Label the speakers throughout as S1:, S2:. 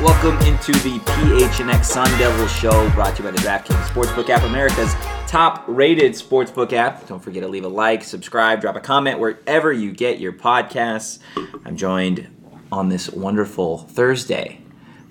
S1: Welcome into the PHNX Sun Devil Show, brought to you by the DraftKings Sportsbook app, America's top-rated sportsbook app. Don't forget to leave a like, subscribe, drop a comment wherever you get your podcasts. I'm joined on this wonderful Thursday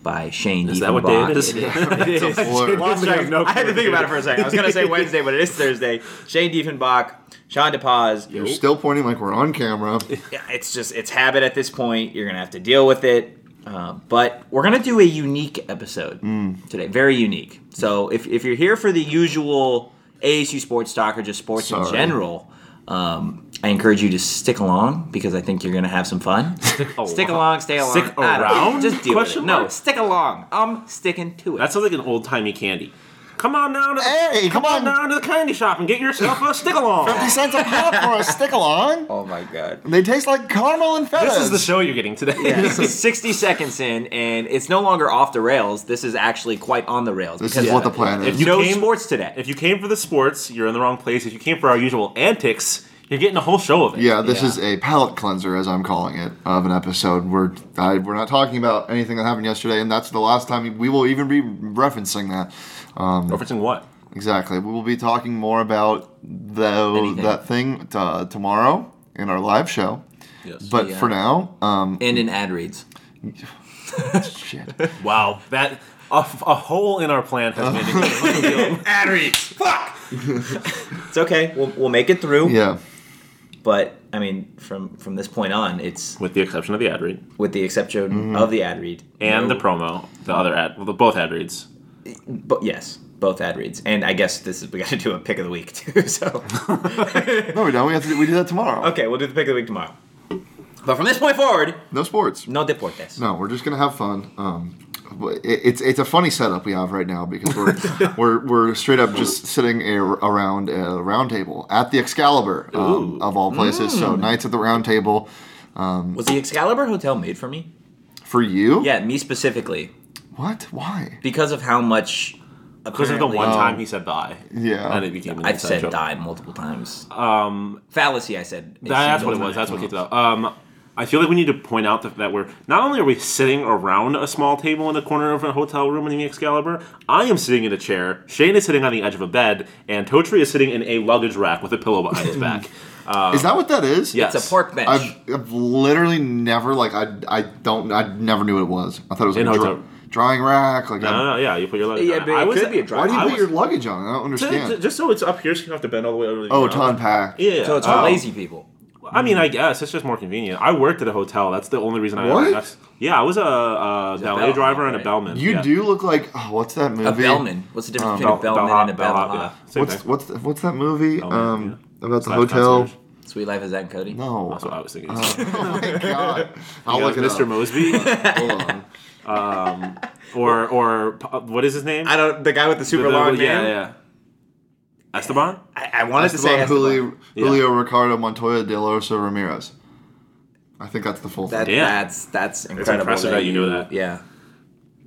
S1: by Shane.
S2: Is that what day
S1: Diefenbach.
S2: it is?
S3: It's a blur.
S1: Lost track. I had to think about it for a second. I was going to say Wednesday, but it is Thursday. Shane Diefenbach, Sean DePaz.
S3: You're still pointing like we're on camera.
S1: Yeah, it's just it's habit at this point. You're gonna have to deal with it. Uh, but we're gonna do a unique episode
S3: Hmm.
S1: today, very unique. So if, if you're here for the usual ASU sports talk or just sports in
S3: Sorry.
S1: general, um, I encourage you to stick along because I think you're gonna have some fun. Stick, along, stay along,
S2: Stick
S1: I don't know.
S2: around?
S1: Just deal with it.
S2: Question
S1: No,
S2: mark?
S1: stick along. I'm sticking to it.
S2: That sounds like an old timey candy. Come on down to the,
S3: Hey,
S2: come
S3: come
S2: on down
S3: on.
S2: to the candy shop and get yourself a stick along.
S3: 50 cents a pop for a stick along.
S1: oh my god.
S3: They taste like caramel and feta.
S2: this is the show you're getting today.
S1: Yeah, 60 seconds in, and it's no longer off the rails. This is actually quite on the rails.
S3: This
S1: because uh,
S3: is what the plan
S2: If
S3: is.
S2: you
S1: no
S2: came-
S1: sports today.
S2: If you came for the sports, you're in the wrong place. If you came for our usual antics, you're getting a whole show of it.
S3: yeah, this is a palate cleanser, as I'm calling it, of an episode. We're I, we're not talking about anything that happened yesterday, and that's the last time we will even be referencing that.
S2: Referencing what?
S3: Exactly. We will be talking more about the,
S1: Anything.
S3: that thing t- tomorrow in our live show.
S2: Yes.
S3: But for now, um,
S1: and in ad reads.
S3: shit.
S2: Wow, that a, a hole in our plan has been ad reads. Fuck.
S1: It's okay. We'll, we'll make it through.
S3: Yeah.
S1: But I mean, from from this point on, it's
S2: With the exception of the ad read
S1: with the exception
S3: Mm-hmm.
S1: of the ad read
S2: and
S1: no-
S2: the promo, the other ad, well, the, both ad reads.
S1: But yes, both ad reads. And I guess this is we got to do a pick of the week too. So
S3: No, we don't. We have to. Do, we do that tomorrow.
S1: okay, we'll do the pick of the week tomorrow. But from this point forward,
S3: No sports.
S1: no deportes.
S3: No, we're just gonna have fun. Um, but it- it's it's a funny setup we have right now because we're we're, we're straight up just sitting a, around a round table at the Excalibur um, of all places. So
S2: Mm.
S3: Knights at the Round Table
S1: Was the Excalibur Hotel made for me?
S3: for you.
S1: Yeah, me specifically
S3: What? Why?
S1: because of how much.
S2: Because of the one
S1: apparently-
S2: time he said bye.
S3: Yeah.
S2: And it became an
S1: I've
S2: inside
S1: said
S2: joke.
S1: die multiple times. Um, fallacy. I said. It
S2: That- that's
S1: seems
S2: what it
S1: like-
S2: was. That's what kicked it up. Um, I feel like we need to point out that, that we're not only are we sitting around a small table in a corner of a hotel room in the Excalibur. I am sitting in a chair. Shane is sitting on the edge of a bed, and Totri is sitting in a luggage rack with a pillow behind his back.
S3: Is that what that is?
S2: Uh, Yeah.
S1: It's a pork bench.
S3: I've, I've literally never like I I don't I never knew what it was. I thought it was like
S2: In
S3: a
S2: hotel-
S3: dry, drying rack. Like
S2: No,
S3: I'm-
S2: no, no, Uh, yeah, you put your luggage.
S1: Yeah,
S2: on.
S1: but it
S2: I was-
S1: could be a dry-
S3: why do you
S2: I
S3: put
S2: was-
S3: your luggage on? I
S2: Ju-
S3: don't
S2: ju-
S3: understand.
S2: Just so it's up here, so you don't have to bend all the way over. the-
S3: Oh, to unpack.
S2: Yeah.
S1: So it's
S2: uh,
S1: for lazy people.
S2: I mean, I guess it's just more convenient. I worked at a hotel. That's the only reason I.
S3: What?
S2: that's- yeah, I was a, uh valet
S1: bellhop,
S2: driver and a
S1: right?
S2: bellman.
S3: You
S2: yeah.
S3: do look like oh, what's that movie?
S1: A bellman. What's the difference
S2: Bell-
S1: between a bellman and
S2: bellhop,
S1: a bellhop?
S2: yeah. Same
S3: What's
S2: thing.
S3: what's what's that movie?
S1: Oh,
S3: um,
S2: yeah.
S3: about the
S2: Slash
S3: hotel. Uh,
S2: concierge.
S1: Sweet Life is that and Cody.
S3: No, Oh
S2: That's what I was thinking.
S3: God. I'll
S2: Yeah,
S3: look it
S2: Mr.
S3: up.
S2: Mosby
S3: Hold on.
S2: or or p- what is his name?
S1: I don't. The guy with the super
S2: The- the-
S1: long
S2: yeah,
S1: name.
S2: yeah. Esteban.
S1: I, I wanted to say
S3: Esteban Julio,
S1: Esteban.
S3: Julio Ricardo Montoya de la Rosa Ramirez. I think that's the full
S1: That,
S3: thing.
S2: Damn.
S1: That's that's incredible.
S2: impressive that you knew that.
S1: Yeah.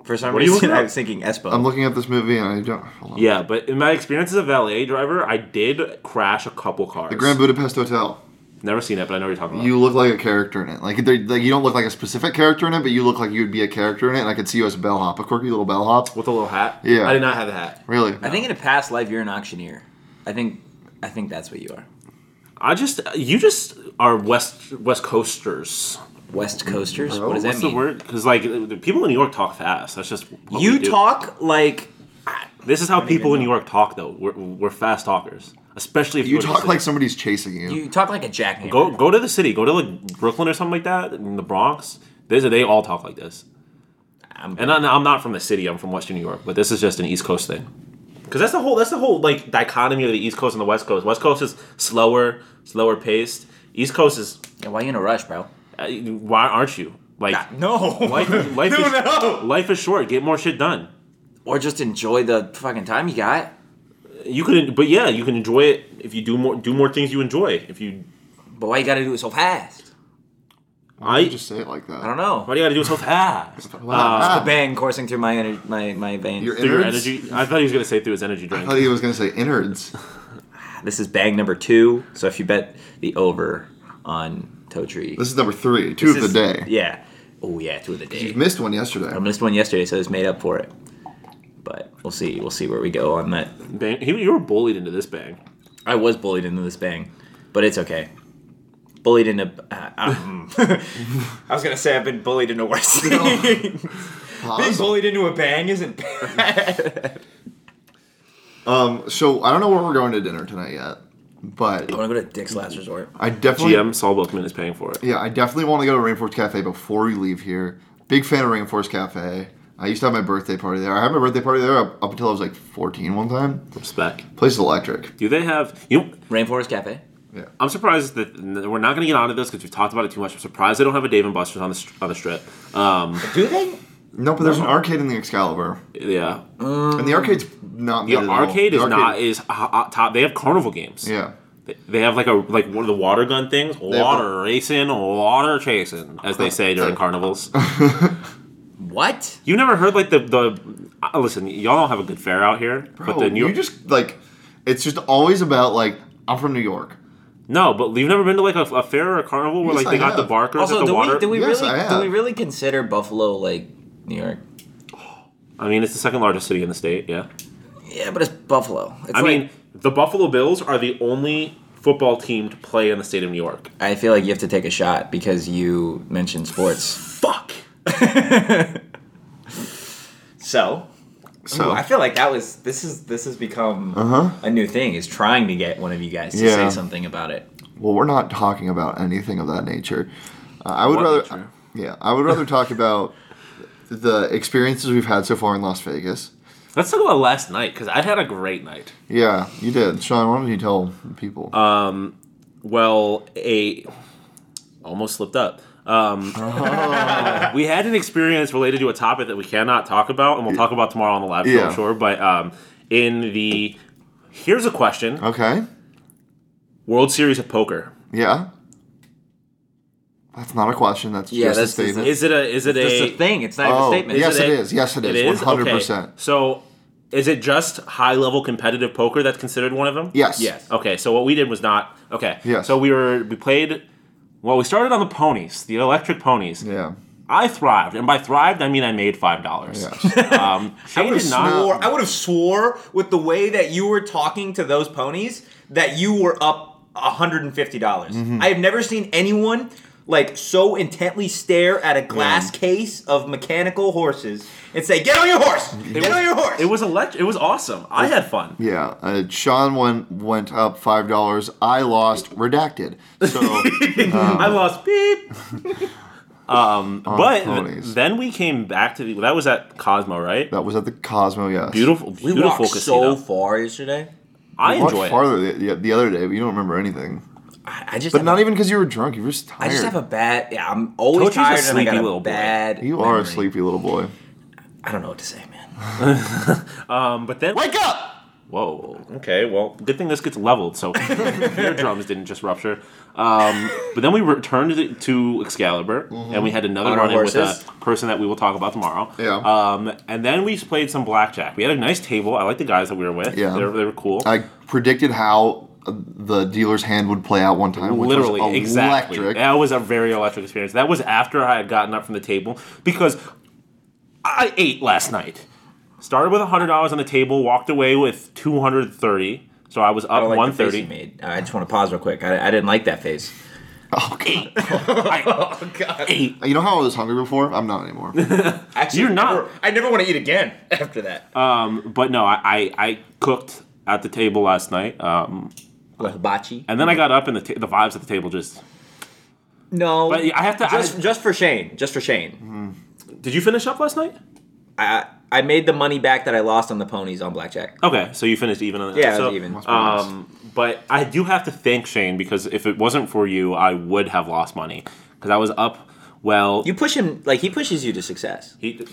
S1: For some
S2: What are you
S1: reason,
S2: looking
S1: I
S2: up?
S1: was thinking Espo.
S3: I'm looking at this movie and I don't. Hold on.
S2: Yeah, but in my experience as a valet driver, I did crash a couple cars.
S3: The Grand Budapest Hotel.
S2: Never seen it, but I know what you're talking about.
S3: You look like a character in it. Like, they- like you don't look like a specific character in it, but you look like you'd be a character in it. And I could see you as a bellhop, a quirky little bellhop.
S2: With a little hat.
S3: Yeah.
S2: I did not have a hat.
S3: Really?
S1: I think in a past life you're an auctioneer. I think I think that's what you are.
S2: I just you just are West West Coasters.
S1: West Coasters. what does that
S2: What's
S1: mean?
S2: the word? Because like the people in New York talk fast. That's just what we
S1: You
S2: do.
S1: talk like
S2: This is how people in
S1: know.
S2: New York talk, though. We're, we're fast talkers, especially if you,
S3: You
S2: go to the
S3: talk
S2: city.
S3: like somebody's chasing you.
S1: you talk like a jackhammer.
S2: go go to the city, go to like Brooklyn or something like that, in the Bronx. There's they all talk like this.
S1: I'm-
S2: and I'm, I'm not from the city. I'm from Western New York, but this is just an East Coast thing. Because that's the whole that's the whole like dichotomy of the East Coast and the West Coast. West Coast is slower, slower paced. East Coast is
S1: Yeah, why you in a rush, bro?
S2: uh, why aren't you like
S1: No.
S2: life? life is, life is short. Get more shit done.
S1: Or just enjoy the fucking time you got.
S2: You can, but yeah, you can enjoy it if you do more do more things you enjoy. If you
S1: But why you gotta do it so fast?
S3: Why
S2: I-
S3: did you just say it like that?
S1: I don't know. Uh,
S2: Why do you gotta do it so fast?
S3: Wow.
S1: The bang coursing through my ener- my my veins.
S3: Your
S2: Through your
S3: innards?
S2: energy, I thought he was gonna say through his energy
S3: I
S2: drink.
S3: thought he was going to say innards.
S1: This is bang number two. So if you bet the over on Toe Tree,
S3: This is number three, two of
S1: This
S3: the
S1: is-
S3: day.
S1: Yeah. Oh yeah, two of the day.
S3: You missed one yesterday.
S1: I missed one yesterday, so it's made up for it. But we'll see. We'll see where we go on that.
S2: Bang. He, you were bullied into this bang.
S1: I was bullied into this bang, but it's okay. Bullied into. Uh, uh, mm. I was gonna say I've been bullied into worse. Being
S3: Pause.
S1: bullied into a bang isn't bad.
S3: So I don't know where we're going to dinner tonight yet, but
S1: I want to go to Dick's Last Resort.
S3: I definitely
S2: GM Saul Bookman is paying for it.
S3: Oh, Yeah, I definitely want to go to Rainforest Cafe before we leave here. Big fan of Rainforest Cafe. I used to have my birthday party there. I had my birthday party there up, up until I was like 14 one time.
S2: Respect.
S3: Place is electric.
S2: Do they have you?
S1: Rainforest Cafe.
S2: I'm surprised that that we're not gonna get onto this because we've talked about it too much. I'm surprised they don't have a Dave and Buster's on the str- on the strip. Um,
S1: Do they?
S3: No, but there's an arcade in the Excalibur,
S2: yeah,
S3: and the arcade's not
S2: the
S3: good at all.
S2: arcade
S3: Mm. The
S2: is not is ho- ho- top. They have carnival games.
S3: Yeah,
S2: They- They have like a like one of the water gun things,
S3: have
S2: water racing, water chasing, as they say during carnivals.
S1: What?
S2: You never heard like the the uh, listen, y'all don't have a good fair out here,
S3: bro,
S2: but the New York
S3: you just like it's just always about like I'm from New York.
S2: no, but you've never been to like a, a fair or a carnival where
S3: Yes,
S2: like they
S3: I
S2: got the
S3: have.
S2: barkers
S1: Also,
S2: at the
S1: do
S2: water.
S1: we do we
S3: Yes, I
S1: really
S3: have.
S1: do we really consider Buffalo like New York?
S2: I mean, it's the second largest city in the state. Yeah,
S1: Yeah, but it's Buffalo. It's
S2: I
S1: like-
S2: mean, the Buffalo Bills are the only football team to play in the state of New York.
S1: I feel like you have to take a shot because you mentioned sports.
S2: Fuck.
S1: So,
S3: So
S1: I feel like that was this is this has become a new thing is trying to get one of you guys to
S3: Uh-huh. Yeah.
S1: say something about it.
S3: well, we're not talking about anything of that nature. Uh, I would
S2: What
S3: rather,
S2: nature?
S3: yeah, I would rather talk about the experiences we've had so far in Las Vegas.
S2: Let's talk about last night because I had a great night.
S3: Yeah, you did, Sean. Why don't you tell people?
S2: Well, a almost slipped up. Um, we had an experience related to a topic that we cannot talk about, and we'll talk about tomorrow on the live show,
S3: Yeah.
S2: I'm sure. But um, in the here's a question:
S3: okay.
S2: World Series of Poker
S3: Yeah. That's not a question. That's
S1: Yeah,
S3: just
S1: that's-
S3: a statement.
S2: is it a is it
S1: It's
S2: a,
S1: a thing. It's not
S3: oh,
S1: a statement.
S3: yes,
S2: it
S3: it
S2: a-
S3: is. Yes, it
S2: It
S3: is.
S2: is
S3: One hundred
S2: okay.
S3: percent.
S2: So is it just high level competitive poker that's considered one of them?
S3: Yes.
S1: Yes.
S2: Okay, so what we did was not okay.
S3: Yes.
S2: So we were we played. Well, we started on the ponies, the electric ponies.
S3: Yeah.
S2: I thrived, and by thrived I mean I made five dollars. Um, Shane did not.
S1: I would have swore with the way that you were talking to those ponies that you were up $150. dollars I have never seen anyone like so intently stare at a glass case of mechanical horses and say, "Get on your horse! Get on your horse!"
S2: It was elect- It was awesome. I had fun.
S3: Yeah. Uh, Sean went went up five dollars. I lost. Redacted. So
S2: I lost beep. um, but
S3: ponies.
S2: then we came back to the. That was at Cosmo, right?
S3: that was at the Cosmo. Yes.
S2: Beautiful,
S1: we
S2: beautiful
S1: walked
S2: casino.
S1: so far yesterday.
S2: I
S3: Much
S2: enjoy it.
S3: farther the, the, the other day, but you don't remember anything.
S1: I, I just
S3: But
S1: have
S3: not
S1: a-
S3: even because you were drunk. You were just tired.
S1: I just have a bad. Yeah, I'm always
S2: Tochi's a
S1: tired and I
S2: sleepy
S1: got a
S2: little boy.
S1: bad.
S3: You are a
S1: memory.
S3: sleepy little boy.
S1: I don't know what to say, man.
S2: Um, but then
S3: Wake up.
S2: Whoa. Okay. Well, good thing this gets leveled, so eardrums didn't just rupture. Um, but then we returned to- to Excalibur, and we had another
S1: On our
S2: run-in with a
S1: horses.
S2: person that we will talk about tomorrow.
S3: Yeah.
S2: Um, and then we played some blackjack. We had a nice table. I like the guys that we were with.
S3: Yeah.
S2: They were, they were cool.
S3: I predicted how the dealer's hand would play out one time. Which
S2: Literally,
S3: was
S2: exactly.
S3: electric. Oh,
S2: That was a very electric experience. That was after I had gotten up from the table because I ate last night. Started with hundred dollars on the table, walked away with two hundred thirty. So I was
S1: I
S2: up
S1: don't like
S2: one
S1: the face you
S2: thirty.
S1: made. I just want to pause real quick. I, I didn't like that face.
S3: Oh, God.
S2: I ate.
S3: You know how I was hungry before? I'm not anymore.
S1: Actually,
S2: You're not-
S1: never- I never want to eat again after that.
S2: But no, I, I I cooked at the table last night, um,
S1: Like hibachi.
S2: and then I got up and the ta- the vibes at the table just.
S1: No,
S2: But I Mm-hmm. have to.
S1: just
S2: I-
S1: just for Shane. Just for Shane.
S2: did you finish up last night?
S1: I I made the money back that I lost on the ponies on blackjack.
S2: Okay, so you finished even on that.
S1: Yeah, it was
S2: so,
S1: even.
S2: Um, but I do have to thank Shane because if it wasn't for you, I would have lost money because I was up. Well,
S1: You push him like he pushes you to success.
S2: he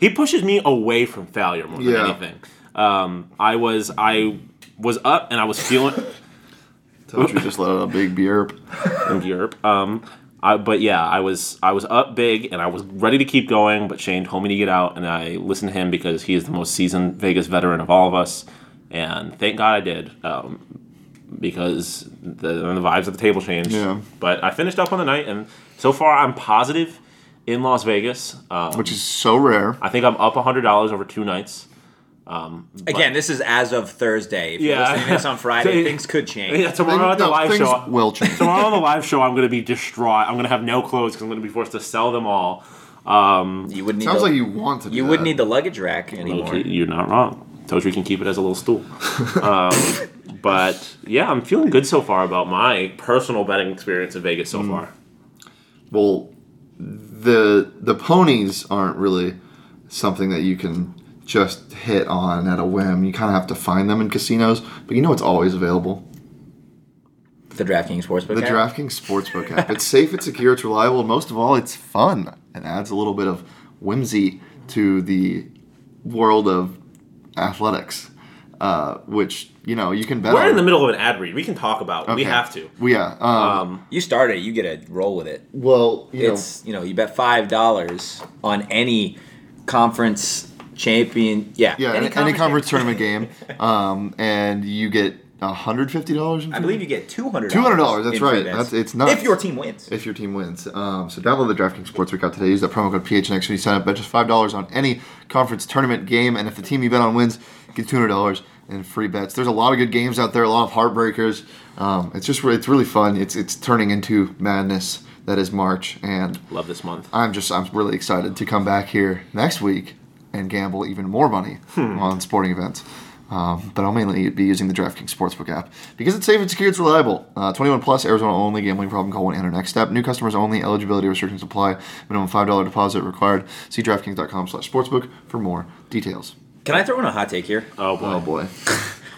S2: he pushes me away from failure more than
S3: Yeah.
S2: anything. Um, I was I was up and I was feeling
S3: Don't you just let out a big beer?
S2: in Europe. Um, I, but yeah, I was I was up big and I was ready to keep going, but Shane told me to get out, and I listened to him because he is the most seasoned Vegas veteran of all of us, and thank God I did, um, because the, the vibes at the table changed.
S3: Yeah.
S2: But I finished up on the night, and so far I'm positive in Las Vegas. Um,
S3: Which is so rare.
S2: I think I'm up hundred dollars over two nights.
S1: Again, this is as of Thursday. If you're
S2: Yeah.
S1: listening to this on Friday,
S2: So-
S1: things could change.
S2: Yeah, tomorrow at the
S3: no,
S2: live
S3: things
S2: show.
S3: will change.
S2: Tomorrow on the live show, I'm going to be distraught. I'm going to have no clothes because I'm going to be forced to sell them all. Um,
S1: You wouldn't need
S3: Sounds
S1: the,
S3: like you uh, want to do
S1: you wouldn't
S3: that.
S1: need the luggage rack anymore.
S2: Okay, you're not wrong. Told you you can keep it as a little stool. um, but yeah, I'm feeling good so far about my personal betting experience in Vegas so
S3: Mm.
S2: far.
S3: Well, the the ponies aren't really something that you can just hit on at a whim. You kind of have to find them in casinos, but you know it's always available.
S1: The DraftKings Sportsbook.
S3: The
S1: app?
S3: DraftKings Sportsbook app. It's safe, it's secure, it's reliable, and most of all, it's fun. It adds a little bit of whimsy to the world of athletics, uh, which you know you can bet.
S2: We're
S3: on.
S2: in the middle of an ad read. We can talk about. it. We
S3: Um, Okay.
S2: have to.
S3: Well, yeah. Um,
S1: You start it, you get to roll with it.
S3: well, you know,
S1: It's you know you bet five dollars on any conference champion. Yeah,
S3: yeah, any, any
S1: champion.
S3: conference tournament game, um, and you get hundred fifty dollars.
S1: I believe you get two hundred.
S3: $200, that's right. That's- it's nuts.
S1: If your team wins,
S3: if your team wins. Um, so download the DraftKings Sportsbook app today. Use that promo code PHNX when you sign up. Bet just five dollars on any conference tournament game, and if the team you bet on wins, get two hundred dollars in free bets. There's a lot of good games out there. A lot of heartbreakers. Um, it's just re- it's really fun. It's it's turning into madness that is March, and
S2: Love this month.
S3: I'm just I'm really excited to come back here next week and gamble even more money on sporting events. Um, but I'll mainly be using the DraftKings Sportsbook app because it's safe and secure. It's reliable. Uh, 21 plus, Arizona only. Gambling problem? Call one enter next step. New customers only. Eligibility restrictions apply. Minimum five dollar deposit required. See DraftKings.com/sportsbook for more details.
S1: can I throw in a hot take here?
S2: Oh boy.
S3: Oh boy,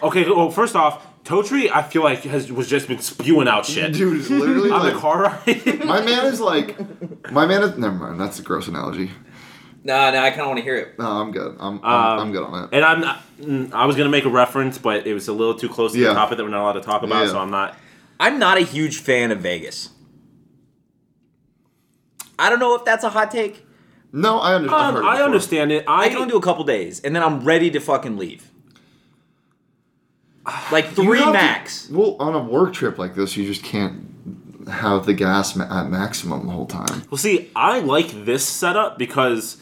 S2: Okay. Well, first off, Totri, I feel like has was just been spewing out shit
S3: dude, it's literally
S2: on
S3: like
S2: the car ride.
S3: my man is like my man is. Never mind. That's a gross analogy.
S1: No, no, I kind of want to hear it.
S3: No, I'm good. I'm
S2: Um,
S3: I'm, I'm good on it.
S2: and I'm not, mm, I was gonna make a reference, but it was a little too close to
S3: Yeah.
S2: the topic that we're not allowed to talk about,
S3: Yeah.
S2: so I'm not.
S1: I'm not a huge fan of Vegas. I don't know if that's a hot take.
S3: No, I understand. I've
S2: Um,
S3: heard it
S2: I
S3: before.
S2: understand it. I,
S1: I can only do a couple days, and then I'm ready to fucking leave. Like three
S3: have to-
S1: max.
S3: Well, on a work trip like this, you just can't have the gas ma- at maximum the whole time
S2: Well, see, I like this setup because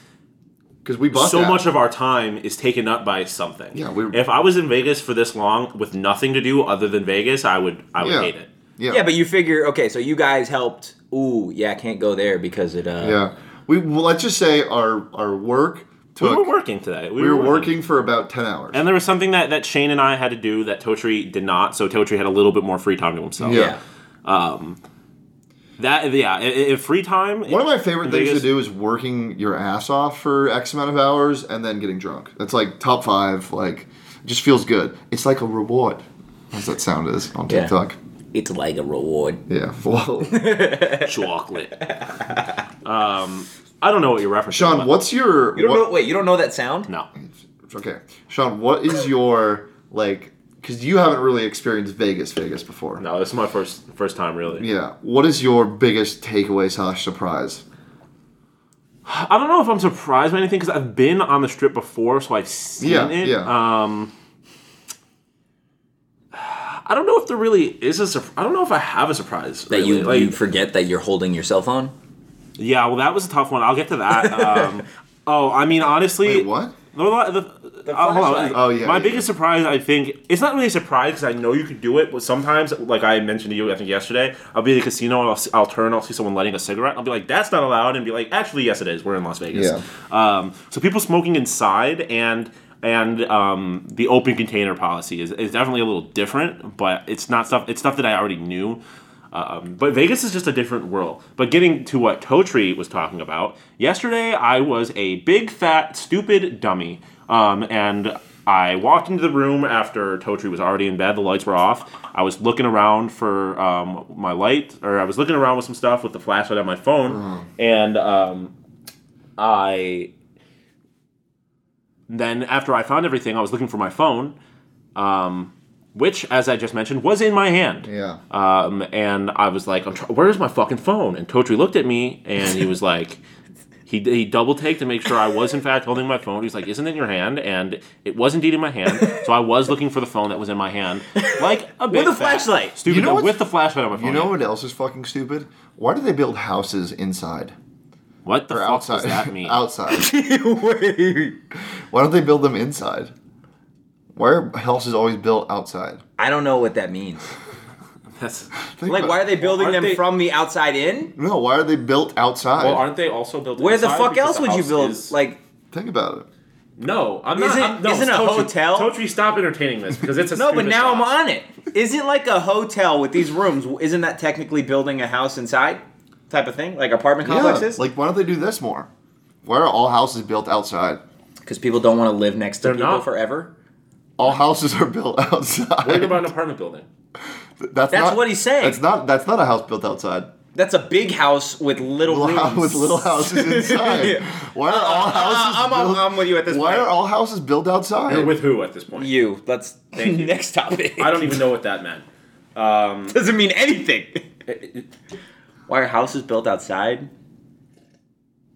S3: because we bought
S2: so
S3: that.
S2: much of our time is taken up by something.
S3: Yeah, we-
S2: if I was in Vegas for this long with nothing to do other than Vegas, I would I would
S3: Yeah.
S2: hate it.
S3: Yeah,
S1: Yeah, but you figure okay, so you guys helped. Ooh, yeah, I can't go there because it. Uh,
S3: yeah, we well, let's just say our our work took.
S2: We were working today.
S3: we were working for about ten hours.
S2: And there was something that, that Shane and I had to do that Totri did not, so Totri had a little bit more free time to himself.
S3: Yeah.
S1: yeah.
S2: That yeah, i- i- if free time
S3: one of my favorite things
S2: Vegas-
S3: to do is working your ass off for X amount of hours and then getting drunk. That's like top five. Like, it just feels good. It's like a reward, as that sound is on
S1: Yeah.
S3: TikTok.
S1: It's like a reward.
S3: Yeah. Well,
S2: chocolate. um I don't know what you're referencing.
S3: Sean,
S2: but-
S3: what's your
S1: You don't
S3: what-
S1: know. Wait, you don't know that sound?
S2: No.
S3: Okay, Sean, what is your like? Because you haven't really experienced Vegas, Vegas before.
S2: No, this is my first first time really.
S3: Yeah. What is your biggest takeaway slash surprise?
S2: I don't know if I'm surprised by anything because I've been on the strip Uh, um, before, so I've seen
S3: Yeah,
S2: it.
S3: yeah.
S2: Um, I don't know if there really is a. Sur- I don't know if I have a surprise
S1: That you,
S2: really.
S1: you
S2: Like,
S1: forget that you're holding your cell phone?
S2: yeah. Well, that was a tough one. I'll get to that. Um, oh, I mean, honestly,
S3: Wait, what?
S2: The, the, oh, hold on.
S1: flashlight.
S3: Oh, yeah,
S2: My
S3: yeah,
S2: biggest surprise, I think, it's not really a surprise because I know you could do it, but sometimes, like I mentioned to you, I think yesterday, I'll be at a casino and I'll, see, I'll turn, I'll see someone lighting a cigarette, and I'll be like, "That's not allowed," and be like, "Actually, yes, it is. We're in Las Vegas."
S3: Yeah.
S2: Um, so people smoking inside and and um, the open container policy is, is definitely a little different, but it's not stuff. It's stuff that I already knew. Um, but Vegas is just a different world. But getting to what Totri was talking about, yesterday I was a big fat stupid dummy, um, and I walked into the room after Totri was already in bed. The lights were off. I was looking around for um, my light, or I was looking around with some stuff with the flashlight on my phone, and um, I then after I found everything, I was looking for my phone, um, which, as I just mentioned, was in my hand.
S3: Yeah.
S2: Um, and I was like, I'm try- "Where's my fucking phone?" And Totri looked at me, and he was like, he he double take to make sure I was in fact holding my phone. He's like, "Isn't it in your hand?" And it was indeed in my hand. So I was looking for the phone that was in my hand, like a big
S1: a
S2: fat
S1: flashlight.
S2: stupid
S3: You know
S2: dumb-
S3: what's-
S2: with the flashlight on my phone.
S3: You know what else is fucking stupid? Why do they build houses inside
S2: what the
S3: or
S2: fuck
S3: outside?
S2: does that mean?
S3: outside. Why don't they build them inside? Why are houses always built outside?
S1: I don't know what that means.
S2: That's-
S3: Think
S1: Like,
S3: about-
S1: why are they building
S2: Aren't
S1: them
S2: they-
S1: from the outside in?
S3: No, why are they built outside?
S2: well, aren't they also built?
S1: Where the
S2: inside?
S1: fuck
S2: Because
S1: else
S2: the
S1: would you
S2: house
S1: build?
S2: is-
S1: Like,
S3: Think about it.
S2: No, I'm not.
S1: Isn't-
S2: I'm, no,
S1: isn't a
S2: Totri-
S1: hotel-
S2: Totri, stop entertaining this because it's a
S1: no, but
S2: stupid
S1: now
S2: thought.
S1: I'm on it. Isn't like a hotel with these rooms? Isn't that technically building a house inside, type of thing? Like apartment complexes?
S3: Yeah, like why don't they do this more? Why are all houses built outside?
S1: because people don't want to live next to
S2: They're
S1: people
S2: not.
S1: forever.
S3: All houses are built outside.
S2: Worried about an apartment building.
S3: that's
S1: That's
S3: not,
S1: what he's saying.
S3: That's not. That's not a house built outside.
S1: That's a big house with little,
S3: Little
S1: rooms.
S3: house with little houses inside.
S1: Yeah.
S3: Why are all houses?
S1: I'm- I'm-
S3: built,
S1: I'm with you at this
S3: Why
S1: point.
S3: are all houses built outside?
S2: With who at this point?
S1: you. Let's
S2: Thank you.
S1: next topic.
S2: I don't e- even know what that meant.
S1: doesn't mean anything. Why are houses built outside?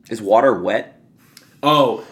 S1: Is water wet?
S2: Oh,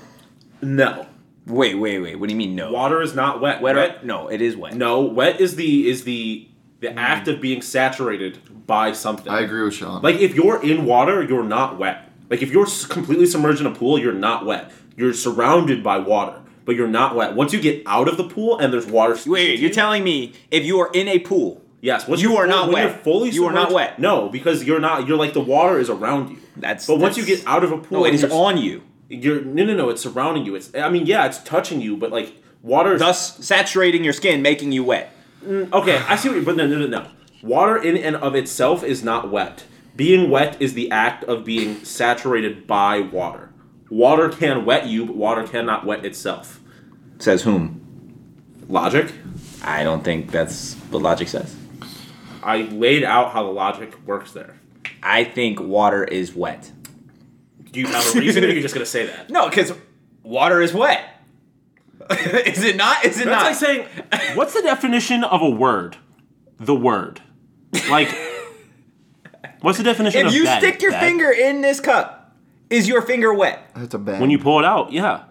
S2: no.
S1: Wait, wait, wait. What do you mean no?
S2: Water is not wet.
S1: wet, or-
S2: Wet-
S1: No, it is wet.
S2: No, wet is the is the the act of being saturated by something.
S3: I agree with Sean.
S2: Like if you're in water, you're not wet. Like if you're s- completely submerged in a pool, you're not wet. You're surrounded by water, but you're not wet. Once you get out of the pool and there's water,
S1: Wait, wait, you're
S2: speaking to you-
S1: telling me if you are in a pool,
S2: Yes, once
S1: You
S2: you're
S1: are
S2: full-
S1: not
S2: when
S1: wet.
S2: You're fully
S1: You are not
S2: submerged-
S1: wet.
S2: No, because you're not. You're like the water is around you.
S1: That's-
S2: But once you
S1: that's-
S2: get out of a pool,
S1: no, it
S2: and
S1: is
S2: you're s-
S1: on you.
S2: You're no, no, no. It's surrounding you. It's. I mean, yeah, it's touching you, but like water. is-
S1: Thus, saturating your skin, making you wet.
S2: Okay, I see what you. But no, no, no, no. Water in and of itself is not wet. Being wet is the act of being saturated by water. Water can wet you, but water cannot wet itself.
S1: Says whom?
S2: Logic.
S1: I don't think that's what logic says.
S2: I laid out how the logic works there.
S1: I think water is wet.
S2: Do you have a reason? or You're just gonna say that.
S1: No, because water is wet. is it not? Is it not?
S2: That's like saying, what's the definition of a word? The word. Like, what's the definition
S1: if
S2: of
S1: you
S2: bed?
S1: stick your
S2: Bed?
S1: finger in this cup, is your finger wet?
S3: that's a bad.
S2: When you pull it out, yeah.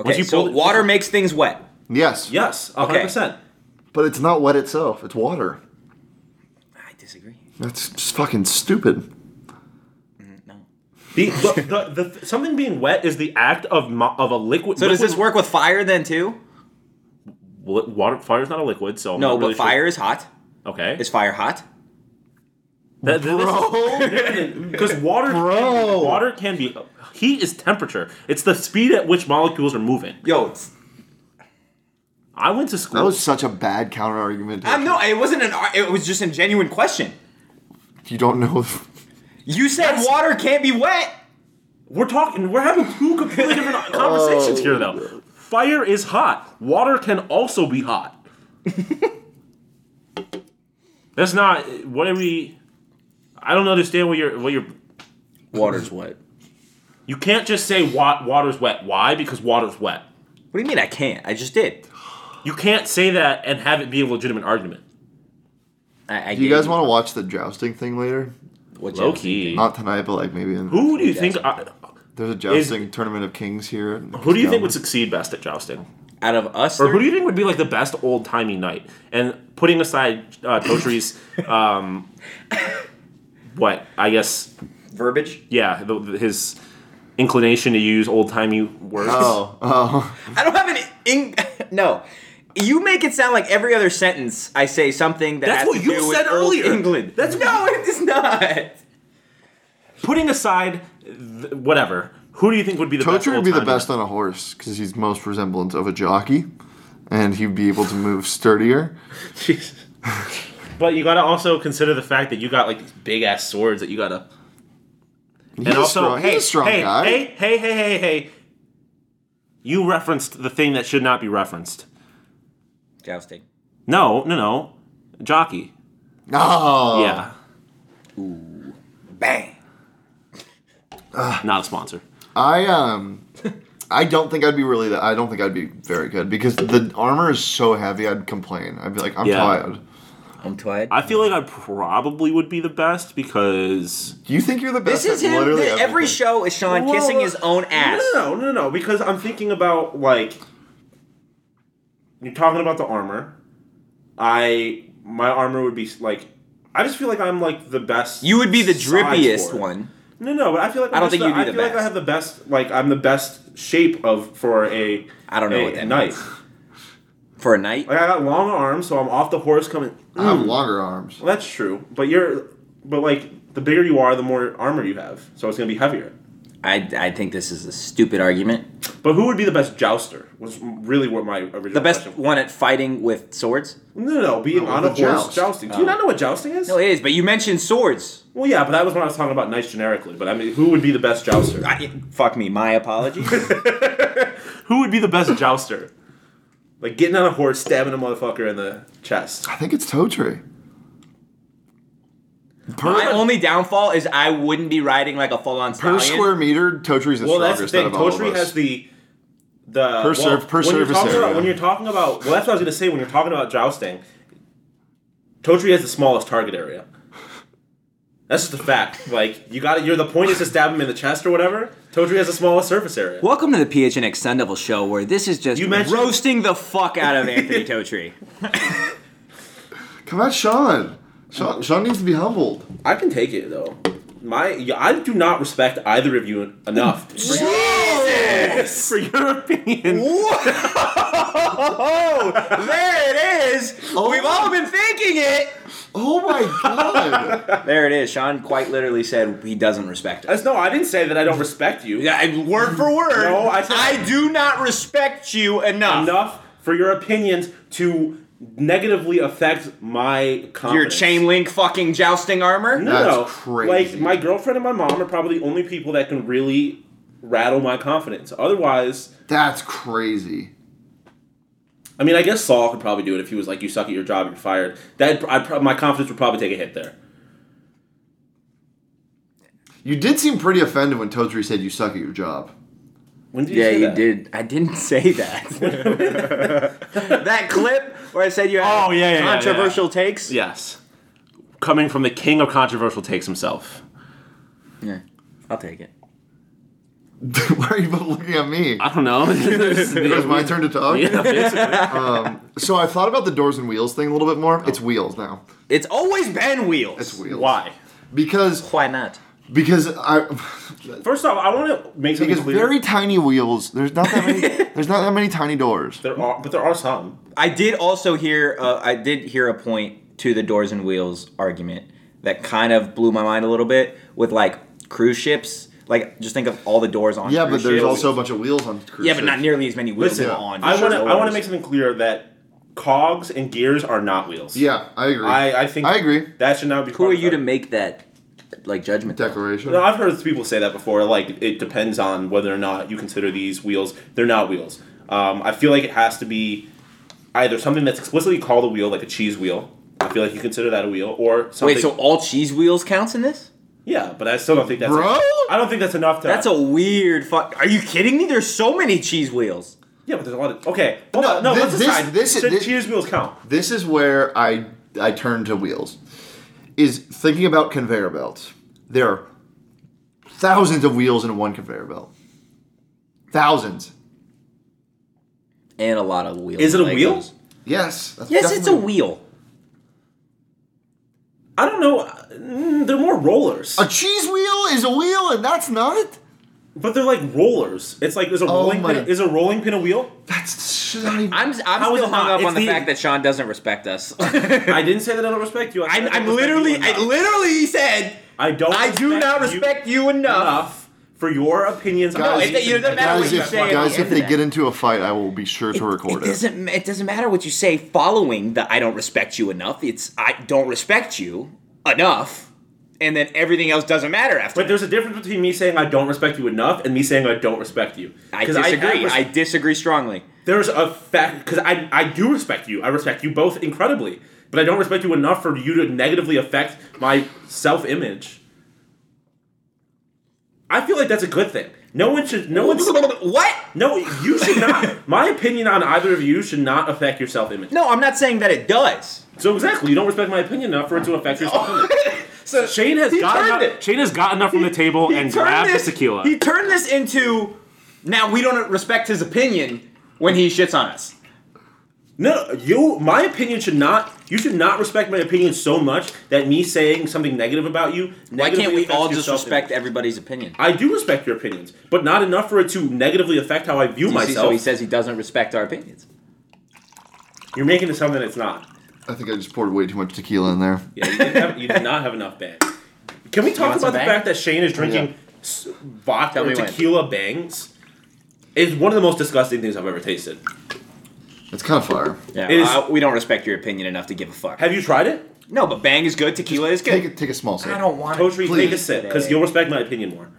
S1: Okay,
S2: you
S1: so
S2: pull it-
S1: water makes things wet.
S3: yes.
S2: Yes, a 100%.
S3: But it's not wet itself. It's water.
S1: I disagree.
S3: That's just fucking stupid.
S1: No.
S2: The, the, the, the, something being wet is the act of mo- of a liquid.
S1: So does
S2: liquid-
S1: this work with fire then too?
S2: Wa- Water, fire's not a liquid, so I'm
S1: No,
S2: not really
S1: but
S2: sure.
S1: fire is hot.
S2: Okay,
S1: Is fire hot?
S2: because water,
S3: Bro.
S2: water can be heat is temperature. It's the speed at which molecules are moving.
S1: Yo, it's,
S2: I went to school.
S3: That was such a bad counter argument.
S1: I'm no. It wasn't an. ar- It was just a genuine question.
S3: You don't know.
S1: You said water can't be wet.
S2: We're talking. We're having two completely different conversations here, though. Fire is hot. Water can also be hot. That's not. What are we? I don't understand what you're. What you're.
S1: Water's wet.
S2: You can't just say wa- water's wet. Why? Because water's wet.
S1: What do you mean I can't? I just did.
S2: You can't say that and have it be a legitimate argument.
S1: I, I
S3: Do you guys want to watch the jousting thing later?
S1: what
S2: Low key.
S3: Not tonight, but like maybe. In,
S2: Who do you think? uh, I,
S3: There's a jousting tournament of kings here.
S2: who do you think would succeed best at jousting?
S1: out of us.
S2: Or who
S1: three-
S2: do you think would be like the best old timey knight? And putting aside uh, Totri's, um, what I guess,
S1: verbiage?
S2: yeah, the, the- his inclination to use old timey words.
S1: Oh. I don't have any. In- no. You make it sound like every other sentence I say something that
S2: That's
S1: has
S2: what
S1: to
S2: you
S1: do with
S2: said
S1: old
S2: earlier.
S1: England.
S2: That's-
S1: no, it is not.
S2: Putting aside th- whatever, who do you think would be the best?
S3: Poacher would be the
S2: old-timey
S3: best
S2: knight?
S3: on a horse because he's most resemblance of a jockey, and he'd be able to move sturdier.
S2: Jeez. but you gotta also consider the fact that you got like these big ass swords that you gotta.
S3: He's
S2: and also,
S3: a strong,
S2: hey,
S3: he's a strong
S2: hey,
S3: guy.
S2: hey, hey, hey, hey, hey, you referenced the thing that should not be referenced.
S1: Jousting.
S2: No, no, no, jockey.
S3: Oh,
S2: Yeah,
S1: Bang.
S2: not a sponsor.
S3: I um, I don't think I'd be really that. I don't think I'd be very good because the armor is so heavy. I'd complain. I'd be like, I'm
S2: Yeah.
S3: tired.
S1: I'm tired.
S2: I feel like I probably would be the best because
S3: Do you think you're the best?
S1: This is
S3: at
S1: him.
S3: literally
S1: th- every
S3: everything?
S1: show is Sean kissing his own ass.
S2: No, no, no, no, because I'm thinking about like you're talking about the armor. I my armor would be like I just feel like I'm like the best.
S1: You would be the
S2: size
S1: drippiest
S2: for it.
S1: one.
S2: No, no, but I feel like
S1: I don't
S2: I'm just
S1: think you'd be
S2: I
S1: the
S2: feel like I
S1: best.
S2: have the best. Like I'm the best shape of for a.
S1: I don't know
S2: a
S1: what that
S2: knight.
S1: means. For a night?
S2: Like I got long arms, so I'm off the horse coming. Mm.
S3: I have longer arms.
S2: Well, that's true, but you're, but like the bigger you are, the more armor you have, so it's gonna be heavier.
S1: I, I think this is a stupid argument.
S2: But who would be the best jouster? Was really what my original
S1: The best
S2: question.
S1: one at fighting with swords?
S2: No, no, no, being
S3: No,
S2: on a
S3: the
S2: horse
S3: joust.
S2: jousting. Do you not know what jousting is?
S1: Oh. No, it is, but you mentioned swords.
S2: well, yeah, but that was when I was talking about knights generically. But I mean, who would be the best jouster?
S1: I, fuck me, my apologies.
S2: who would be the best jouster? Like getting on a horse, stabbing a motherfucker in the chest.
S3: I think it's Toe Tree.
S1: my only downfall is I wouldn't be riding like a full on
S3: Per
S1: stallion.
S3: square meter, Toe Tree's the
S2: Well, that's the thing.
S3: strongest out of all
S2: Kotri
S3: of us.
S2: has the the
S3: Per
S2: well,
S3: serve- per
S2: when you're
S3: service
S2: talking About,
S3: area.
S2: when you're talking about well, that's what I was gonna say. When you're talking about jousting, Totri has the smallest target area. That's just a fact. Like you got, you're the point is to stab him in the chest or whatever. Totri has the smallest surface area.
S1: Welcome to the PHNX Sun Devil Show, where this is just
S2: You mentioned-
S1: roasting the fuck out of Anthony Totri.
S3: Come at Sean. Sean. Sean needs to be humbled.
S2: I can take it though. My, I do not respect either of you enough for, for your opinion.
S1: Whoa! There it is! We've all been thinking it!
S3: Oh my god.
S1: There it is. Sean quite literally said he doesn't respect us.
S2: That's, no, I didn't say that I don't respect you.
S1: Yeah, I- word for word.
S2: No, I said-
S1: do not respect you enough.
S2: enough for your opinions to negatively affect my confidence.
S1: Your chain link fucking jousting armor?
S2: No,
S3: That's
S2: no.
S3: crazy.
S2: Like my girlfriend and my mom are probably the only people that can really rattle my confidence. Otherwise,
S3: That's crazy.
S2: I mean, I guess Saul could probably do it if he was like, "You suck at your job, you're fired." That I prob- my confidence would probably take a hit there.
S3: You did seem pretty offended when Toe Tree said you suck at your job.
S2: When did you
S1: Yeah,
S2: say
S1: you
S2: that?
S1: did. I didn't say that. that clip where I said you had
S2: Oh, yeah, yeah, yeah, yeah.
S1: controversial takes.
S2: Yes, coming from the king of controversial takes himself.
S1: yeah, I'll take it.
S3: Why are you both looking at me?
S2: I don't know.
S3: It was my turn to talk. So I thought about the doors and wheels thing a little bit more. It's wheels now.
S1: It's always been wheels.
S3: It's wheels.
S2: Why?
S3: Because
S1: Why not?
S3: because I
S2: First off, I want to make something
S3: because
S2: clear.
S3: very tiny wheels. There's not that many. there's not that many tiny doors.
S2: there are, but there are some.
S1: I did also hear. Uh, I did hear a point to the doors and wheels argument that kind of blew my mind a little bit. With like cruise ships, like just think of all the doors on.
S3: Yeah, but
S1: cruise
S3: there's
S1: ships.
S3: also a bunch of wheels on cruise
S1: Yeah, but
S3: ships.
S1: not nearly as many wheels
S2: Listen,
S1: on.
S2: I want to.
S1: doors.
S2: I want to make something clear that cogs and gears are not wheels.
S3: Yeah, I agree.
S2: I, I think
S3: I agree.
S2: That should not be.
S1: Who
S2: part
S1: are
S2: of
S1: you
S2: that.
S1: to make that like judgment?
S3: Declaration.
S2: No, I've heard people say that before. Like it depends on whether or not you consider these wheels. They're not wheels. Um, I feel like it has to be either something that's explicitly called a wheel, like a cheese wheel. I feel like you consider that a wheel, or something.
S1: Wait, so all cheese wheels counts in this?
S2: yeah, but I still don't think that's.
S3: Bro?
S2: I don't think that's enough. To,
S1: That's a weird fuck. Are you kidding me? There's so many cheese wheels.
S2: yeah, but there's a lot of okay. Hold
S3: No,
S2: on, no,
S3: thi-
S2: let's
S3: this-
S2: decide.
S3: this-
S2: Should
S3: this-
S2: cheese wheels count?
S3: This is where I I turn to wheels. Is thinking about conveyor belts. There are thousands of wheels in one conveyor belt. Thousands.
S1: and a lot of wheels.
S2: Is it a
S1: and
S2: wheel?
S1: Legos.
S3: Yes. that's
S1: Yes, it's a
S3: definitely-
S1: wheel.
S2: I don't know. uh, mm, They're more rollers,
S3: A cheese wheel is a wheel, and that's not it.
S2: but they're like rollers. It's like there's a
S3: Oh
S2: rolling
S3: my-
S2: pin, is a rolling pin a wheel?
S3: That's not even-
S1: I'm, I'm
S2: How is
S1: still
S2: it
S1: hung
S2: not?
S1: up
S2: It's
S1: on the,
S2: the-
S1: fact that Sean doesn't respect us. I'm,
S2: I didn't say that I don't respect you. I said I
S1: I'm
S2: don't respect
S1: literally,
S2: you enough.
S1: I literally said,
S2: I don't.
S1: I do not
S2: you
S1: respect you, enough.
S2: enough for your opinions. on
S3: Guys,
S2: everything.
S1: it- you- it doesn't matter what
S3: guys,
S1: you
S3: if,
S1: say at the
S3: guys,
S1: end
S3: if
S1: of
S3: they
S1: that.
S3: get into a fight, I will be sure to record
S1: It
S3: it.
S1: doesn't. It doesn't matter what you say following the "I don't respect you enough." It's "I don't respect you enough," and then everything else doesn't matter after.
S2: But there's a difference between me saying I don't respect you enough and me saying I don't respect you.
S1: I
S2: 'Cause
S1: disagree. I,
S2: have res-
S1: disagree strongly.
S2: there's a fact because I I do respect you. I respect you both incredibly, but I don't respect you enough for you to negatively affect my self image. I feel like that's a good thing. No one should. No one.
S1: What?
S2: No, you should not. my opinion on either of you should not affect your self image.
S1: No, I'm not saying that it does.
S2: So exactly, you don't respect my opinion enough for it to affect your self image.
S1: Oh. So
S4: Shane has
S1: he
S4: gotten
S1: turned
S4: up,
S1: it.
S4: Shane has gotten up from the table
S1: He
S4: and
S1: turned
S4: grabbed
S1: this-
S4: the tequila.
S1: He turned this into now we don't respect his opinion when he shits on us.
S2: No, you. My opinion should not. You should not respect my opinion so much that me saying something negative about you.
S1: Why can't
S2: negatively
S1: we
S2: affects
S1: all
S2: your
S1: just
S2: self-image.
S1: respect everybody's opinion?
S2: I do respect your opinions, but not enough for it to negatively affect how I view
S1: You see,
S2: myself.
S1: so he says he doesn't respect our opinions.
S2: You're making it something it's not.
S3: I think I just poured way too much tequila in there.
S2: Yeah, you, didn't have, you did not have enough bang. Can we talk
S1: want some
S2: about the
S1: bang?
S2: fact that Shane is drinking
S3: Yeah.
S2: s vodka
S1: Tell
S2: or
S1: me when.
S2: tequila bangs? Is one of the most disgusting things I've ever tasted.
S3: It's kind of fire.
S1: Yeah,
S2: It is-
S1: uh, we don't respect your opinion enough to give a fuck.
S2: Have you tried it?
S1: No, but bang is good. Tequila is
S3: Take a,
S1: good.
S3: take a small sip.
S1: I don't want
S2: Coach,
S1: to.
S2: Reed, take a
S1: Please.
S2: sip because you'll respect my opinion more.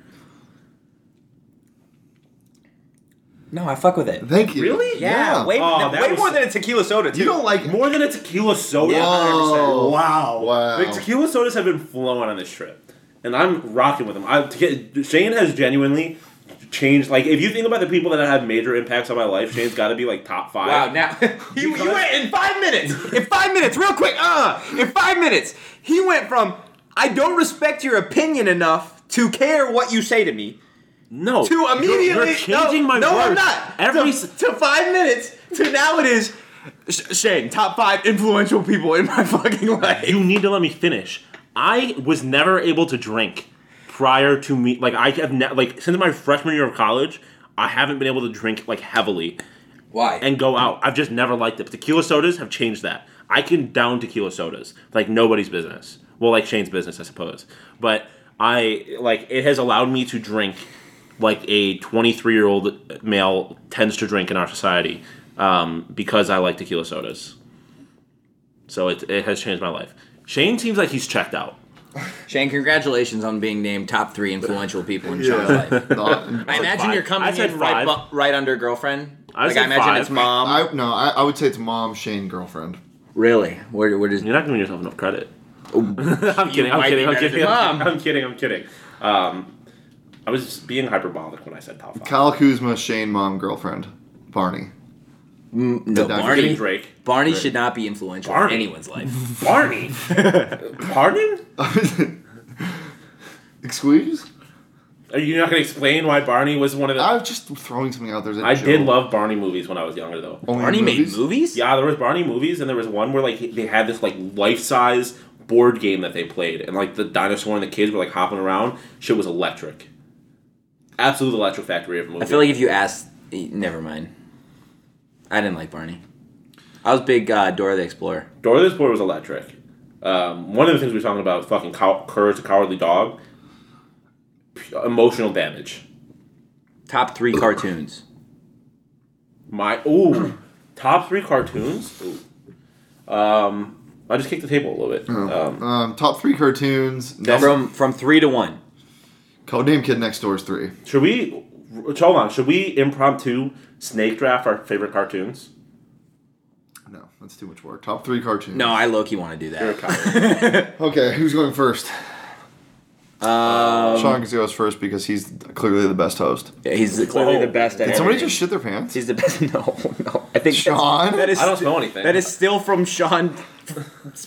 S1: No, I fuck with it.
S3: Thank you.
S2: Really?
S1: Yeah, way,
S2: Oh,
S1: no,
S2: that
S1: way
S2: was-
S1: more than a tequila soda. Too.
S3: You don't like
S2: More than a tequila soda.
S1: Yeah.
S3: Oh,
S2: Wow.
S3: Wow.
S2: Like, tequila sodas have been flowing on this trip, and I'm rocking with them. I, te- Shane has genuinely changed. Like, if you think about the people that have major impacts on my life, Shane's got to be like top five.
S1: Wow, now he, he went in five minutes. In five minutes, real quick. Uh, in five minutes, he went from I don't respect your opinion enough to care what you say to me
S4: no,
S1: to
S4: Oh, You're-
S1: immediately
S4: You're, changing
S1: no,
S4: my
S1: no, I'm
S4: words.
S1: not.
S4: Every
S1: to,
S4: s-
S1: to five minutes to now it is. Sh- Shane, top five influential people in my fucking life.
S4: you need to let me finish. I was never able to drink prior to me. Like I have ne- like since my freshman year of college, I haven't been able to drink like heavily
S1: Why?
S4: and go out. I've just never liked it. But tequila sodas have changed that. I can down tequila sodas like nobody's business. Well, like Shane's business, I suppose. But I like it has allowed me to drink like a 23 year old male tends to drink in our society um, because I like tequila sodas. So it, it has changed my life. Shane seems like he's checked out.
S5: Shane, congratulations on being named top three influential people in Sean's life.
S3: Not-
S5: I imagine
S4: five.
S5: you're coming
S4: I said
S5: in right,
S4: five.
S5: bu- right under girlfriend.
S4: I
S5: like
S4: said
S5: I imagine
S4: five.
S5: it's mom.
S3: I no, I, I would say it's mom, Shane, girlfriend.
S5: really? Where, where does
S4: You're not giving yourself enough credit. I'm kidding. I'm
S5: might
S4: kidding.
S5: be
S4: I'm
S5: better
S4: kidding.
S5: than
S2: Um, I'm kidding. I'm kidding. Um, I was being hyperbolic when I said top five.
S3: Kyle Kuzma, Shane, mom, girlfriend, Barney.
S5: no
S3: that-
S5: Barney?
S2: Drake.
S5: Barney should not be influential
S2: Barney.
S5: in anyone's life.
S2: Barney. Pardon?
S3: Excuse?
S2: Are you not going to explain why Barney was one of the? I,
S3: I'm just throwing something out there. as a joke.
S2: did love Barney movies when I was younger, though.
S3: Only
S5: Barney
S3: movies?
S5: made movies?
S2: Yeah, there was Barney movies, and there was one where like he- they had this like life size board game that they played, and like the dinosaur and the kids were like hopping around. Shit was electric. Absolute electrofactory of a movie.
S5: I feel like if you asked, eh, never mind. I didn't like Barney. I was big uh, Dora the Explorer.
S2: Dora the Explorer was electric. Um, one of the things we were talking about, fucking cow- Courage the Cowardly Dog, p- emotional damage.
S5: Top three cartoons.
S2: My ooh, top three cartoons. Ooh. Um, I just kicked the table a little bit. Um,
S3: Um, top three cartoons. Number,
S5: From from three to one.
S3: Codename Kid Next Door is three.
S2: should we? r- Hold on. Should we impromptu snake draft our favorite cartoons?
S3: No, that's too much work. Top three cartoons.
S5: No, I low key want to do
S2: You're a
S5: that.
S2: coward.
S3: Okay, who's going first? Um, Sean goes first because he's clearly the best host.
S5: Yeah, he's Oh. clearly the best at
S3: Did somebody
S5: everything.
S3: just shit their pants?
S5: He's the best. No, no. I think that's-
S3: Sean?
S5: That is.
S2: I don't smell anything.
S5: That is still from Sean's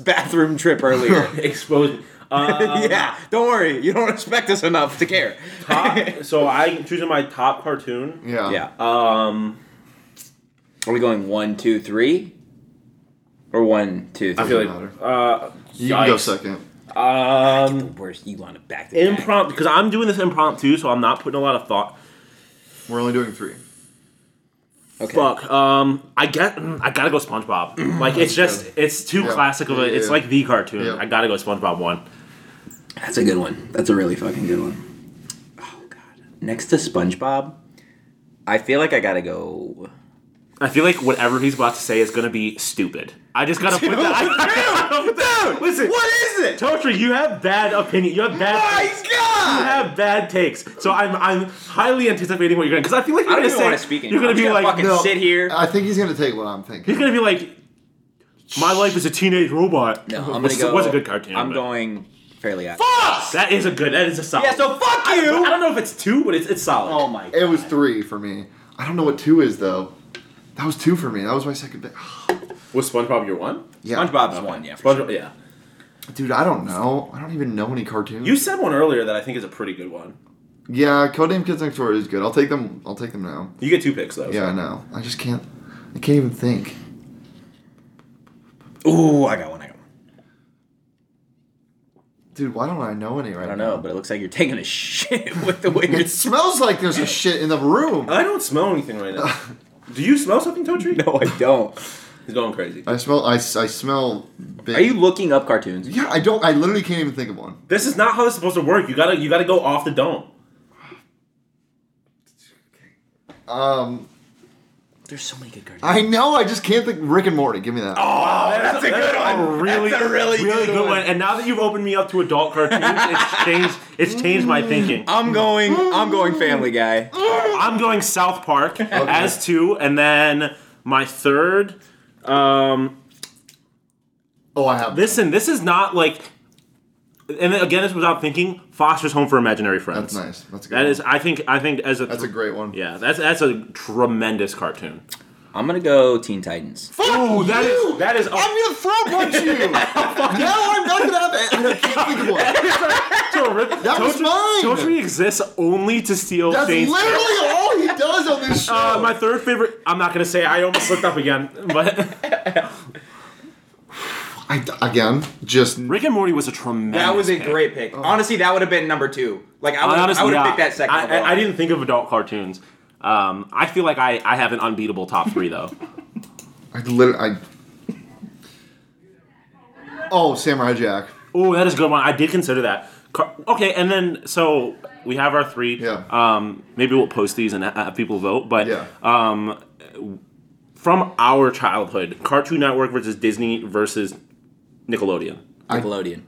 S5: bathroom trip earlier.
S2: exposed. Uh,
S5: yeah, don't worry. You don't respect us enough to care.
S2: top, so I am choosing my top cartoon.
S3: yeah.
S5: Yeah.
S1: Um, Are we going one, two, three? Or one, two, three?
S6: I feel
S3: matter.
S6: like uh,
S3: You can go
S6: yikes.
S3: second.
S6: Um,
S1: Worst, you want to back to back.
S2: Impromptu, because I'm doing this impromptu, so I'm not putting a lot of thought.
S3: We're only doing three.
S1: Okay.
S2: Fuck. Um, I get. I gotta go
S1: Mm-hmm.
S2: SpongeBob. Like it's just, it's too
S3: Yeah.
S2: classic of a.
S3: Yeah,
S2: It's
S3: yeah.
S2: like the cartoon.
S3: Yeah.
S2: I gotta go SpongeBob one.
S1: That's a good one. That's a really fucking good one. Oh god. Next to SpongeBob, I feel like I gotta go.
S2: I feel like whatever he's about to say is gonna be stupid. I just gotta put that. I, dude, listen.
S6: what is it?
S2: Totri, you have bad opinion. You have bad.
S6: My
S2: takes.
S6: God!
S2: You have bad takes. So I'm I'm highly anticipating what you're gonna because I feel like you're
S1: I don't
S2: gonna
S1: even
S2: say
S1: want to speak anymore.
S2: you're gonna
S1: I'm
S2: be
S1: just
S2: like
S1: fucking
S2: no.
S1: sit here.
S3: I think he's gonna take what I'm
S2: You're
S3: thinking.
S2: gonna be like my life is a teenage robot.
S1: No, I'm gonna
S2: Which
S1: go.
S2: Was a good cartoon.
S1: I'm
S2: but-
S1: going fairly odd.
S2: Fuck! That is a good. That is a solid.
S1: Yeah, so fuck
S2: I,
S1: you!
S2: I don't know if it's two, but it's it's solid.
S1: Oh my.
S3: It was three for me. I don't know what two is though. That was two for me. That was my second. Bit.
S6: Was SpongeBob your one?
S3: Yeah,
S1: SpongeBob's one, yeah. for
S6: SpongeBob, yeah.
S3: dude. I don't know. I don't even know any cartoons.
S6: You said one earlier that I think is a pretty good one.
S3: yeah, Codename Kids Next Door is good. I'll take them. I'll take them now.
S6: You get two picks though.
S3: Yeah, I know. I just can't. I can't even think.
S1: sure. Ooh, I got one. I got one.
S3: Dude, why don't I know any right
S1: I don't
S3: now?
S1: know, but it looks like you're taking a shit with the way you're.
S3: It smells like there's a shit in the room.
S6: I don't smell anything right now. Do you smell something, Totri?
S1: No, I don't.
S6: He's going crazy.
S3: I smell. I, I smell. Big.
S1: Are you looking up cartoons?
S3: Yeah, I don't. I literally can't even think of one.
S6: This is not how this is supposed to work. You gotta you gotta go off the dome.
S3: Um,
S1: There's so many good cartoons.
S3: I know. I just can't think. Rick and Morty. Give me that.
S6: That's a good
S2: A really, really, good, one. And now that you've opened me up to adult cartoons, it's changed. It's changed my thinking.
S1: I'm going. I'm going Family Guy.
S2: I'm going South Park as two, and then my third. Um,
S3: Oh, I have.
S2: listen, this is not like. And then again, this was without thinking. Foster's Home for Imaginary Friends.
S3: That's nice. That's a good.
S2: That
S3: one.
S2: is, I think, I think as a
S3: That's a great one.
S2: Yeah, that's that's a tremendous cartoon.
S1: I'm gonna go Teen Titans.
S2: Ooh, that
S3: you!
S2: is that is a,
S3: I'm gonna throw punch you. now I'm not gonna have. I can't think of one.
S2: terrific.
S3: That was mine!
S2: Totri exists only to steal
S3: That's
S2: Shane's.
S3: literally all he does on this show.
S2: Uh, my third favorite. I'm not gonna say. I almost looked up again, but
S3: I, again, just
S2: Rick and Morty was a tremendous.
S1: That was a
S2: pick.
S1: great pick. Honestly, that would have been number two. Like I would,
S2: I honestly,
S1: I would have
S2: yeah,
S1: picked that second.
S2: I, I-
S1: overall.
S2: I didn't think of adult cartoons. Um, I feel like I, I have an unbeatable top three though.
S3: I literally. I, oh, Samurai Jack.
S2: Ooh, that is a good one. I did consider that. Car- okay, and then so we have our three.
S3: Yeah.
S2: Um, maybe we'll post these and ha- have people vote. But
S3: Yeah.
S2: um, from our childhood, Cartoon Network versus Disney versus Nickelodeon.
S1: Nickelodeon.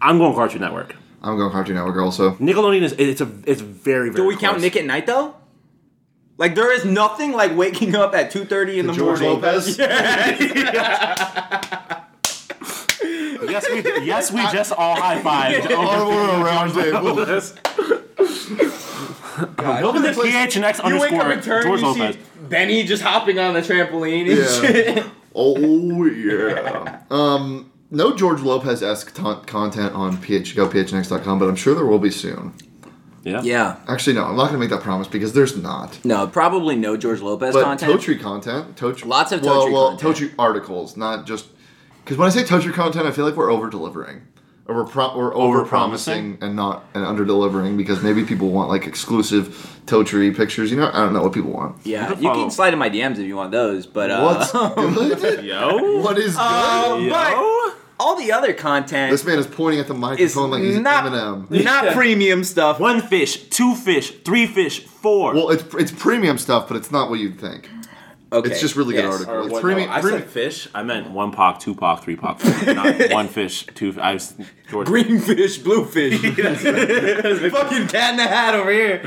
S2: I'm going Cartoon Network.
S3: I'm going Cartoon Network also.
S2: Nickelodeon is it's a it's very very.
S1: Do we count
S2: close.
S1: Nick at Night though? Like there is nothing like waking up at two thirty in the
S3: George
S1: morning.
S3: Lopez.
S2: Yes, we yes we just all high fived.
S3: Or Oh, we're a round table.
S2: Welcome to PHNX
S1: You wake up
S2: underscore
S1: and turn,
S2: George
S1: you
S2: Lopez.
S1: see Benny just hopping on the trampoline and
S3: Yeah.
S1: shit.
S3: Oh yeah. Um, no George Lopez esque t- content on ph gophnx.com, but I'm sure there will be soon.
S2: Yeah.
S1: Yeah.
S3: Actually, no, I'm not gonna make that promise because there's not.
S1: No, probably no George Lopez
S3: But
S1: content.
S3: Totri content, Totri,
S1: Lots of
S3: well,
S1: Totri
S3: well,
S1: content.
S3: Totri articles, not just because when I say Totri content, I feel like we're over delivering, or we're pro- we're over promising
S2: Over-promising?
S3: and not and under delivering because maybe people want like exclusive Totri pictures. You know, I don't know what people want.
S1: yeah,
S2: You can
S1: you
S2: follow-
S1: can slide in my DMs if you want those, but uh,
S3: What's good?
S2: Yo.
S3: What is good?
S1: Um,
S2: Yo.
S1: all the other content
S3: this man is pointing at the
S1: is
S3: microphone
S1: not
S3: like he's Eminem.
S1: not premium stuff.
S2: One fish, two fish, three fish, four.
S3: Well, it's it's premium stuff, but it's not what you'd think.
S1: Okay,
S3: It's just really good
S1: yes.
S3: article. It's
S6: what-
S3: premium.
S6: no, I
S3: premium-
S6: said fish.
S2: I meant one pock, two pock, three pock. Not one fish, two. I was George.
S1: Green fish, blue fish. Fucking cat in the hat over here.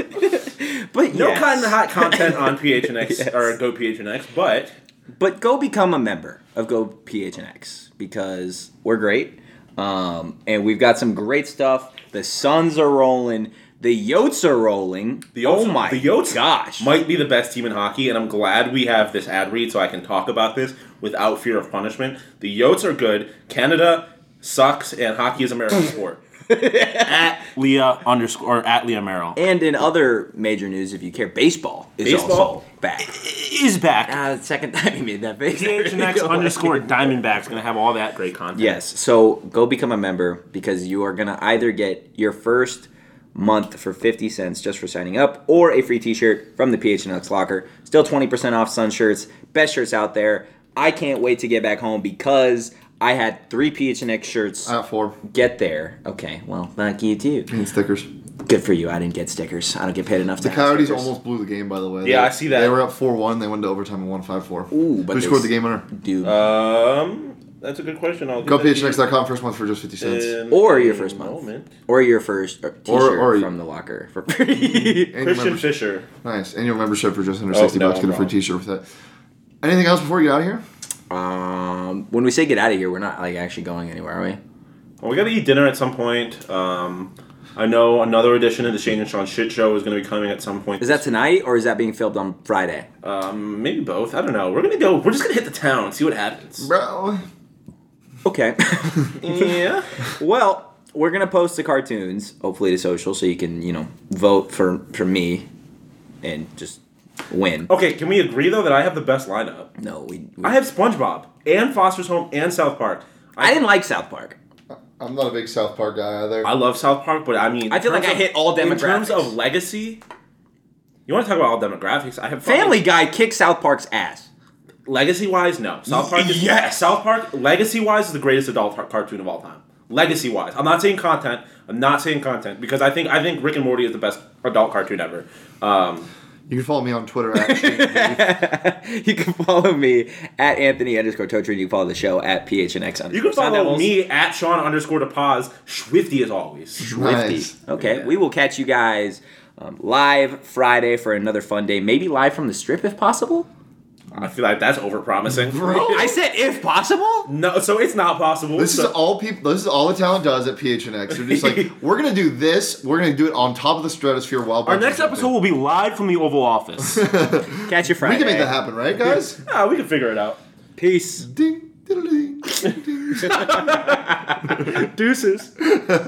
S1: but
S6: No
S1: yes.
S6: kind of hot content on PHNX or Go PHNX, but
S1: But go become a member of Go PHNX because we're great, um, and we've got some great stuff. The Suns are rolling. The Yotes are rolling.
S6: The Yotes-
S1: oh my
S6: the Yotes
S1: gosh!
S6: might be the best team in hockey, and I'm glad we have this ad read so I can talk about this without fear of punishment. The Yotes are good. Canada sucks, and hockey is American sport.
S7: at Leah underscore or at Leah Merrill
S1: And in other major news, if you care, baseball is
S2: Baseball?
S1: also back.
S7: is back.
S1: Uh, second time he made that face.
S7: PHNX underscore Diamondback's gonna have all that great content.
S1: Yes. So go become a member because you are going to either get your first month for 50 cents just for signing up or a free t-shirt from the PHNX locker. Still 20% off sun shirts. Best shirts out there. I can't wait to get back home because I had three PHNX shirts
S3: At four.
S1: get there. Okay. Well, thank you too.
S3: And stickers.
S1: Good for you. I didn't get stickers. I don't get paid enough to
S3: The
S1: have
S3: Coyotes
S1: stickers.
S3: almost blew the game, by the way.
S2: Yeah,
S3: They-
S2: I see that.
S3: They were up 4 1. They went to overtime and won 5 4.
S1: Ooh, but
S3: Who
S1: they
S3: scored
S1: s-
S3: the game winner?
S1: Dude.
S2: Uh, Um, that's a good question. I'll
S3: Go
S2: get that to you
S3: PHNX.com first month for just 50 cents.
S2: in
S1: or your
S2: a
S1: first month.
S2: moment.
S1: Or your first uh, t-shirt
S3: or-
S1: from the locker for free.
S2: Christian
S3: Annual membership-
S2: Fisher.
S3: Nice. Annual membership for just under
S2: Oh,
S3: 60
S2: no,
S3: bucks. Get a
S2: I'm
S3: free
S2: wrong.
S3: t shirt with that. Anything else before we get out of here?
S1: Um, when we say get out of here, we're not like actually going anywhere, are we?
S2: Well, we gotta eat dinner at some point. Um, I know another edition of the Shane and Sean shit show is gonna be coming at some point.
S1: Is that tonight or is that being filmed on Friday?
S2: um, maybe both? I don't know. We're gonna go. We're just gonna hit the town. See what happens.
S3: Bro.
S1: Okay.
S2: yeah.
S1: well, we're gonna post the cartoons hopefully to social so you can you know vote for for me and just win.
S2: Okay. Can we agree though that I have the best lineup?
S1: No, we. we
S2: I have SpongeBob and Foster's Home and South Park.
S1: I didn't like South Park.
S3: I'm not a big South Park guy either.
S2: I love South Park, but I mean,
S1: I feel
S2: in
S1: like
S2: terms
S1: I hit all
S2: In terms
S1: demographics.
S2: of legacy, you want to talk about all demographics? I have fucking-
S1: Family Guy kicked South Park's ass.
S2: Legacy wise, no. South Park is yes. South Park legacy wise is the greatest adult tar- cartoon of all time. Legacy wise, I'm not saying content. I'm not saying content because I think I think Rick and Morty is the best adult cartoon ever. Um,
S3: you can follow me on Twitter at Shane Dave.
S1: You can follow me at Anthony underscore Totri. and You can follow the show at PHNX underscore
S2: you can
S1: Sun
S2: follow
S1: Devils.
S2: me at Sean underscore to pause Swifty as always.
S3: Nice.
S1: Okay, we will catch you guys um, live Friday for another fun day. Maybe live from the strip if possible.
S2: I feel like that's over promising.
S1: I said if possible.
S2: no, so it's not possible.
S3: This is
S2: so-
S3: all people. This is all the talent does at PHNX. They're just like, we're gonna do this. We're gonna do it on top of the stratosphere while
S7: Our next episode will be live from the Oval Office.
S1: Catch you
S3: We
S1: Friday.
S3: can make that happen, right, guys?
S2: Ah, we can figure it out.
S1: Peace.
S3: ding, diddle, ding, ding.
S2: Deuces.